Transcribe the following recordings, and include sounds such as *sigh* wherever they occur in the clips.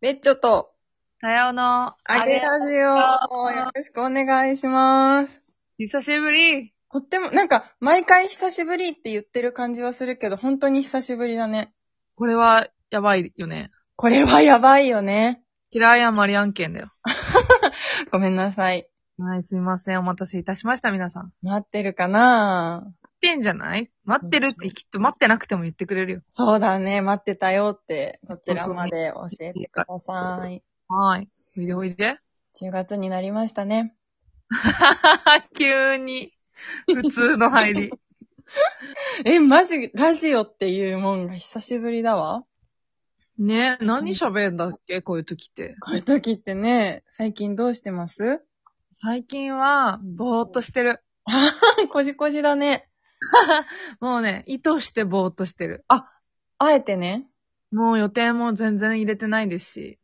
レッチョと、さようなあげラジオをよろしくお願いします。久しぶり。とっても、なんか、毎回久しぶりって言ってる感じはするけど、本当に久しぶりだね。これは、やばいよね。これはやばいよね。嫌いやマリアン県だよ。ごめんなさい。はい、すいません。お待たせいたしました、皆さん。待待ってるかなってんじゃない待ってるって、きっと待ってなくても言ってくれるよ。そうだね、待ってたよって、こちらまで教えてください。はーい。おいでおいで。 *laughs* 10月になりましたね。急に。普通の入 *laughs* り。え、マジ、ラジオっていうもんが久しぶりだわ。ね何喋んだっけこういう時って。こういう時ってね、最近どうしてます *laughs* 最近は、ぼーっとしてる。ああ、こじこじだね。もうね、意図してぼーっとしてる。あ、あえてね。もう予定も全然入れてないですし。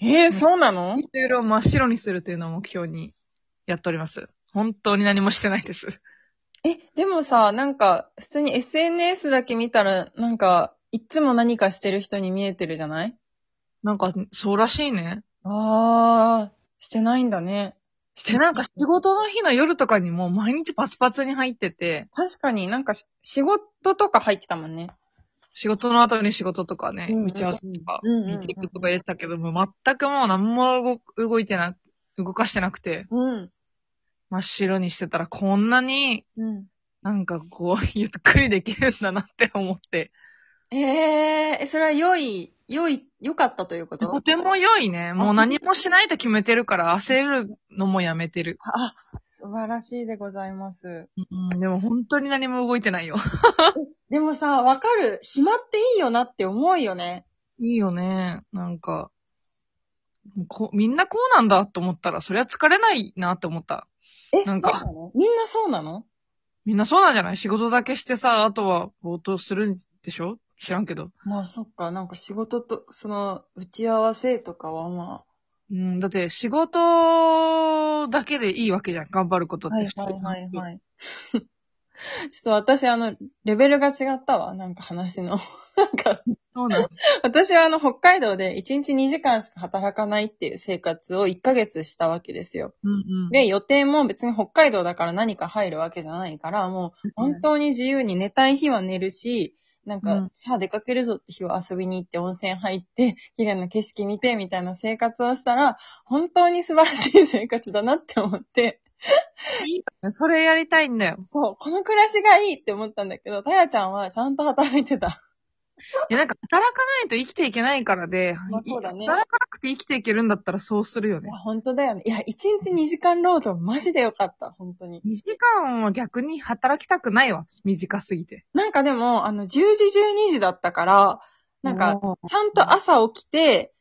えー、そうなのス色を真っ白にするというのを目標にやっております。本当に何もしてないです。え、でもさ、なんか、普通に SNS だけ見たら、なんか、いつも何かしてる人に見えてるじゃないなんか、そうらしいね。あー、してないんだね。しで、なんか仕事の日の夜とかにもう毎日パツパツに入ってて、確かになんかし、仕事とか入ってたもんね。仕事の後に仕事とかね、うんうんうん打ち合わせとか、うんうんうんうんミーティングとか入れてたけども、全くもう何も動く動いてな、動かしてなくて、うん。真っ白にしてたらこんなにうん。なんかこう、ゆっくりできるんだなって思って。えー、えそれは良い、良い、良かったということとても良いね。もう何もしないと決めてるから焦るのもやめてる。あ、素晴らしいでございます。うん、でも本当に何も動いてないよ。でもさ、わかる。暇っていいよなって思うよね。 *laughs* いいよね。なんか、こみんなこうなんだと思ったら、そりゃ疲れないなって思った。えなんかそうなのみんなそうなのみんなそうなんじゃない仕事だけしてさ、あとは冒頭するんでしょ知らんけど。まあそっか、なんか仕事と、その、打ち合わせとかはまうん、だって仕事だけでいいわけじゃん。頑張ることあ。って普通に。い。 *laughs* ちょっと私あの、レベルが違ったわ、なんか話の。 *laughs* なんか、そうなの。私はあの、北海道で1日2時間しか働かないっていう生活を1ヶ月したわけですよ。 *laughs* うんうん。で、予定も別に北海道だから何か入るわけじゃないから、もう本当に自由に寝たい日は寝るし、なんか、うんさあ出かけるぞって日は遊びに行って温泉入って、 *laughs* 綺麗な景色見てみたいな生活をしたら、本当に素晴らしい生活だなって思って、いいよねそれやりたいんだよ。そう、この暮らしがいいって思ったんだけど、たやちゃんはちゃんと働いてた。いや、なんか働かないと生きていけないからで、 *laughs* まあそうだね働かなくて生きていけるんだったらそうするよいねや、。本当だよね。いや、1日2時間労働マジでよかった、本当に。 2時間は逆に働きたくないわ。短すぎて。なんかでも、あの、10時12時だったから、なんか、おー、ちゃんと朝起きて、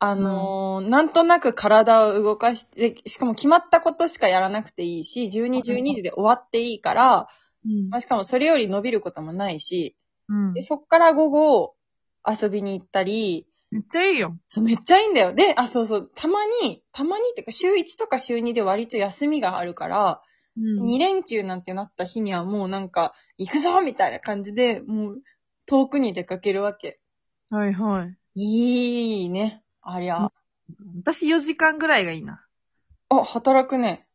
あのーなんとなく体を動かして、しかも決まったことしかやらなくていいし、12、12時で終わっていいから、うんまあ、しかもそれより伸びることもないし、うんで、そっから午後、遊びに行ったり、めっちゃいいよ。そう、めっちゃいいんだよ。で、あ、そうそう、たまに、たまにっていうか、週1とか週2で割と休みがあるから、うん2連休なんてなった日にはもうなんか、行くぞみたいな感じで、もう、遠くに出かけるわけ。はいはい。いいね。ありゃ。私4時間ぐらいがいいな。あ、働くね。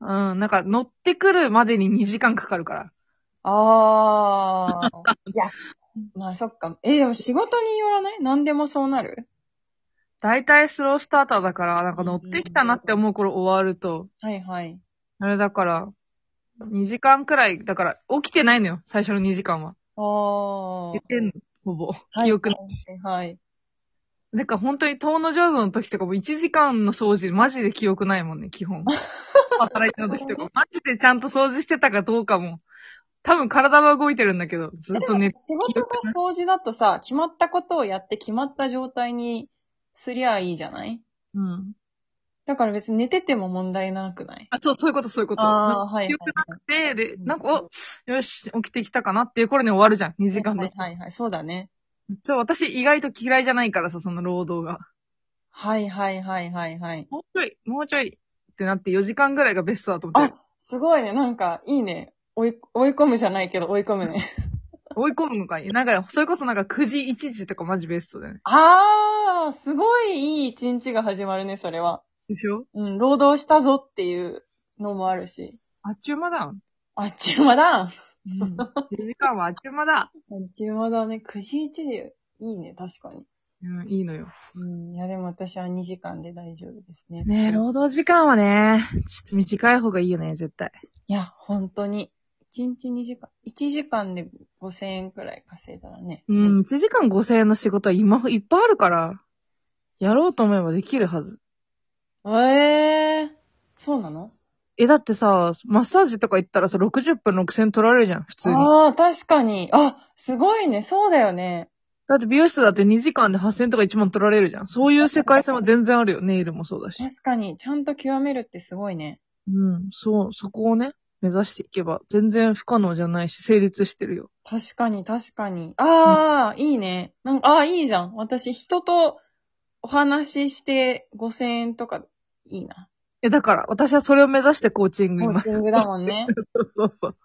うん、なんか乗ってくるまでに2時間かかるから。ああ。 *laughs* いや、まあそっか。え、でも仕事によらない何でもそうなるだいたいスロースターターだから、なんか乗ってきたなって思う頃終わると、はいはい。あれだから、2時間くらい、だから起きてないのよ、最初の2時間は。ああ。は寝てんの、ほぼ。*laughs* い記憶の。はいはい。なんか本当に遠野浄土の時とかも1時間の掃除、マジで記憶ないもんね、基 *laughs* 本。働いてた時とか。マジでちゃんと掃除してたかどうかも。多分体は動いてるんだけど、ずっと寝て。仕事が掃除だとさ、決まったことをやって決まった状態にすりゃいいじゃないうん。だから別に寝てても問題なくないあ、そう、そういうこと、そういうこと。ああ、はいはい記憶なはくて、で、なんか、お、よし、起きてきたかなっていう頃に終わるじゃん、2い。時間はでい。はいはい。そうだね。そう、私意外と嫌いじゃないからさ、その労働が。はいはいはいはいはい。もうちょい、もうちょいってなって4時間ぐらいがベストだと思ってあ、すごいね。なんか、いいね。追い、追い込むじゃないけど追い込むね。る。追い込むのかいなんか、それこそなんか9時、1時とかマジベストだよね。あー、すごいいい一日が始まるね、それは。でしょうん、労働したぞっていうのもあるし。あっちゅう間だ。うん。あっちゅう間だ。あっ4時間はあっちゅう間だ。ちゅう間だね。9時1時。いいね、確かに。うん、いいのよ。うん、いやでも私は2時間で大丈夫ですね。ねえ、労働時間はね、ちょっと短い方がいいよね、絶対。いや、本当に。1日2時間。1時間で5000円くらい稼いだらね。うん、1時間5000円の仕事は今、いっぱいあるから、やろうと思えばできるはず。ええー、そうなのえ、だってさ、マッサージとか行ったらさ、60分6000円取られるじゃん、普通に。ああ、確かに。あ、すごいね。そうだよね。だって美容室だって2時間で8000円とか1万取られるじゃん。そういう世界線は全然あるよ。ネイルもそうだし。確かに。ちゃんと極めるってすごいね。うん、そう、そこをね、目指していけば、全然不可能じゃないし、成立してるよ。確かに、確かに。ああ、いいね。なんか、ああ、いいじゃん。私、人とお話しして5000円とか、いいな。え、だから、私はそれを目指してコーチングコー今。チングだもん *laughs* ね。そうそうそう。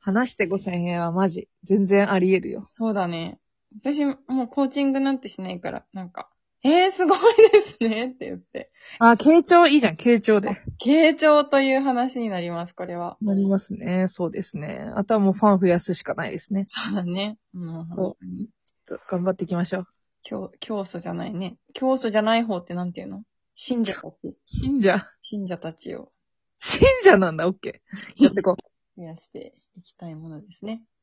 話して5000円はマジ、全然あり得るよ。そうだね。私、もうコーチングなんてしないから、なんか、えー、すごいですねって言って。あ、傾聴いいじゃん、傾聴で。傾聴という話になります、これは。なりますね。そうですね。あとはもうファン増やすしかないですね。そうだね。うん、。そうにちょっと頑張っていきましょう。教、教祖じゃないね。教祖じゃない方ってなんていうの信者たち。信者。信者たちを信者なんだ、オッケー。やってこう。増やしていきたいものですね。 *laughs*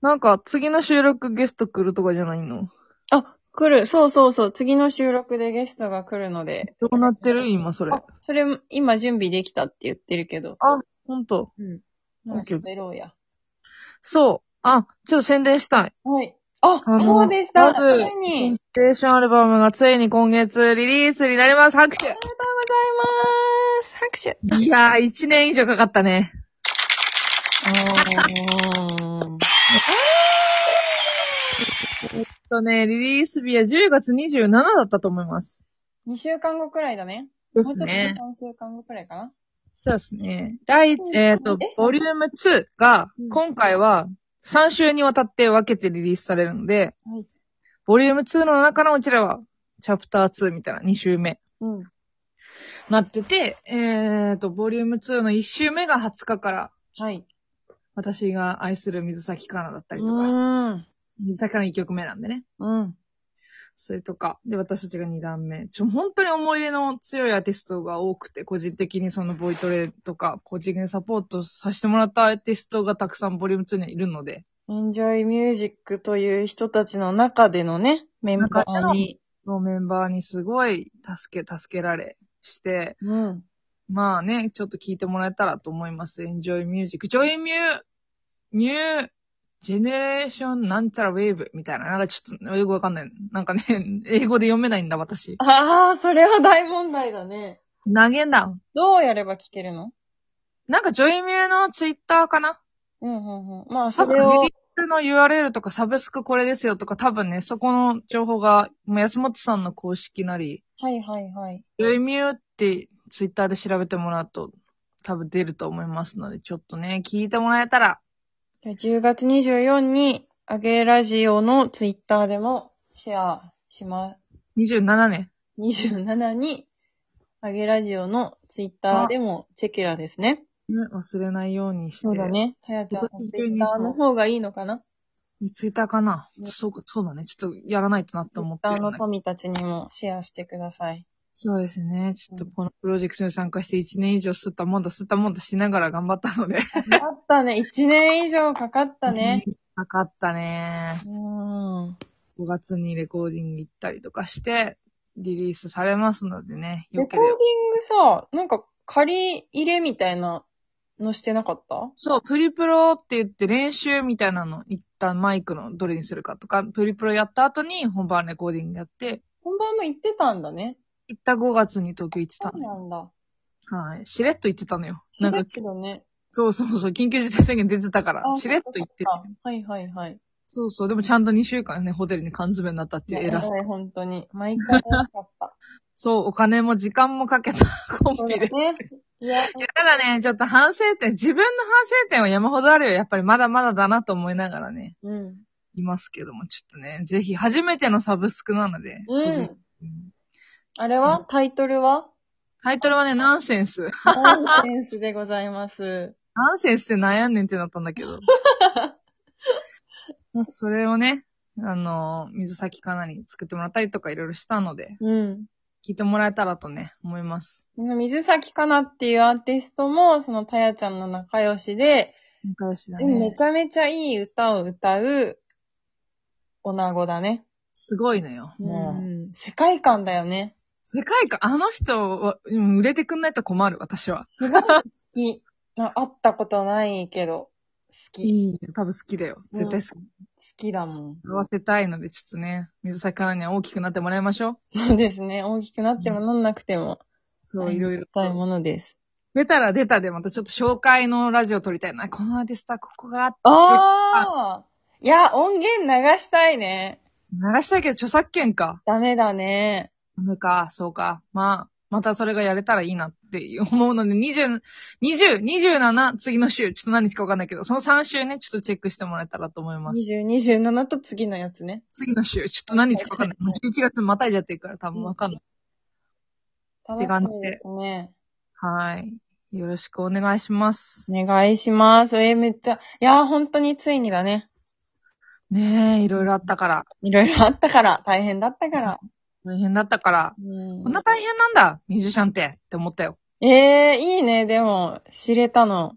なんか、次の収録ゲスト来るとかじゃないのあ、来る。そうそうそう。次の収録でゲストが来るので。どうなってる今、それ。あ、それ、今準備できたって言ってるけど。ほんと。うん。まあ喋ろうや。そう。あ、ちょっと宣伝したい。はい。あ、あのそうでした。まずついイにン。テーションアルバムがついに今月リリースになります。拍手おめでとうございます。拍手。いやー、1年以上かかったね。えっとね、リリース日は10月27だったと思います。 2週間後くらいだね。でもうすちょっとね。 3週間後くらいかな。そうですね。第一、えっ、とえ、ボリューム2がうん、今回は3週にわたって分けてリリースされるので、はい。ボリューム2の中のうちらは、チャプター2みたいな2週目うん。なってて、えっ、と、ボリューム2の1週目が20日から、はい。私が愛する水崎かなだったりとか、ん。水崎かな1曲目なんでね。うん。それとか、で、私たちが2段目。ちょ、本当に思い入れの強いアーティストが多くて、個人的にそのボイトレとか、個人的にサポートさせてもらったアーティストがたくさんボリューム2にはいるので、エンジョイミュージックという人たちの中でのね、メンバーに。そのメンバーにすごい助け、助けられして、うん。まあね、ちょっと聞いてもらえたらと思います。Enjoy Music. Joy Mu, New Generation なんちゃら Wave みたいな。なんかちょっと英語わかんない。なんかね、英語で読めないんだ私。ああ、それは大問題だね。投げんな。どうやれば聞けるのなんか Joy Mu の Twitter かなうん、うん、うん。まあ、多そ分れリをリー。スの URL とかサブスクこれですよとか多分ね、そこの情報が、もう安本さんの公式なり、はい、はい、はい。 Joy Mu ってツイッターで調べてもらうと多分出ると思いますので、ちょっとね、聞いてもらえたらじゃあ10月24に、あげラジオのツイッターでもシェアします。 27年。 27に、あげラジオのツイッターでもチェケラですね。ね、忘れないようにして。そうだ。ね。たやちゃんのツイッターの方がいいのかなツイッターかな、ねそうか、そうだね。ちょっとやらないとなってツイ思っッてターるんのだけど。富たちにもシェアしてください。そうですね。ちょっとこのプロジェクトに参加して1年以上吸ったもんだ、吸ったもんだしながら頑張ったので。かかったね。1年以上かかっ *laughs* たね。。なかったね。うん。 5月にレコーディング行ったりとかして、リリースされますのでね。レよコけーディれンば。グさ、なんか仮入れみたいなのしてなかったそう、プリプロって言って練習みたいなの、一旦マイクのどれにするかとか、プリプロやった後に本番レコーディングやって、本番も行ってたんだね。行った5月に東京行ってたそのうなんだ。はい。しれっと言ってたのよ。なしんれかっ、とだね。そうそうそう、緊急事態宣言出てたからあ、しれっと言ってた。はいはいはい。そうそう、でもちゃんと2週間ね、ホテルに缶詰になったっていう偉さ。い、本 *laughs* 当に。毎回良かった。そう、お金も時間もかけたコそうンだビで。。ねいや、いやただね、ちょっと反省点、自分の反省点は山ほどあるよ。やっぱりまだまだだなと思いながらね、うん。いますけども、ちょっとね、ぜひ初めてのサブスクなので、う個人ん。あれはタイトル *laughs* はタイトルはね、ナンセンス。ナンセンスでございます。ナンセンスって悩んねんってなったんだけ *laughs* ど。まあそれをね、あの、水崎かなに作ってもらったりとかいろいろしたので、うん。聞いてもらえたらとね、思います。水崎かなっていうアーティストも、そのたやちゃんの仲良しで、仲良しだうんめね。ちゃめちゃいい歌を歌う、女子だね。すごいのよ。もう、うん世界観だよね。世界観、あの人は、うん売れてくんないと困る、私は。好き。な会ったことないけど、好き。いいよ多分好きだよ。絶対好き。好きだもん。合わせたいので、ちょっとね、水崎かなには大きくなってもらいましょう。そうですね。大きくなってもなんなくても、そう、いろいろ。たいものです。出たら出たで、またちょっと紹介のラジオ撮りたいな。このアーティストはここがあってああいや、音源流したいね。流したいけど著作権か。ダメだね。ダメか、そうか。まあ、またそれがやれたらいいなって思うので、20、20、27、次の週、ちょっと何日かわかんないけど、その3週ね、ちょっとチェックしてもらえたらと思います。 20、27と次のやつね。次の週、ちょっと何日かわかんない。もう11月またいじゃってるから多分わかんない。楽しみですね。はい。よろしくお願いします。お願いします。えーめっちゃ、いやー、本当についにだね。ねえ、いろいろあったから。いろいろあったから、大変だったから。大変だったから。うんこんな大変なんだ、ミュージシャンって、って思ったよ。ええいいね、でも、知れたの。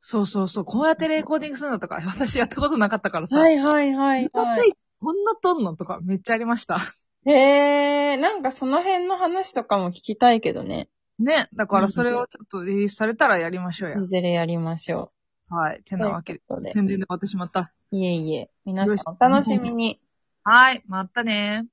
そうそうそう。こうやってレコーディングするんだとか、私やったことなかったからさ。はいはいはい、歌っはてい。こんな撮んのとかめっちゃありました。ええなんかその辺の話とかも聞きたいけどね。ね。だからそれうをちょっとリリースされたらやりましょうやい。ずれやりましょはい。てなわけで。ちそょうっでとす宣伝で終わってしまった。う。いえいえ。皆さんお楽しみに。はい。またね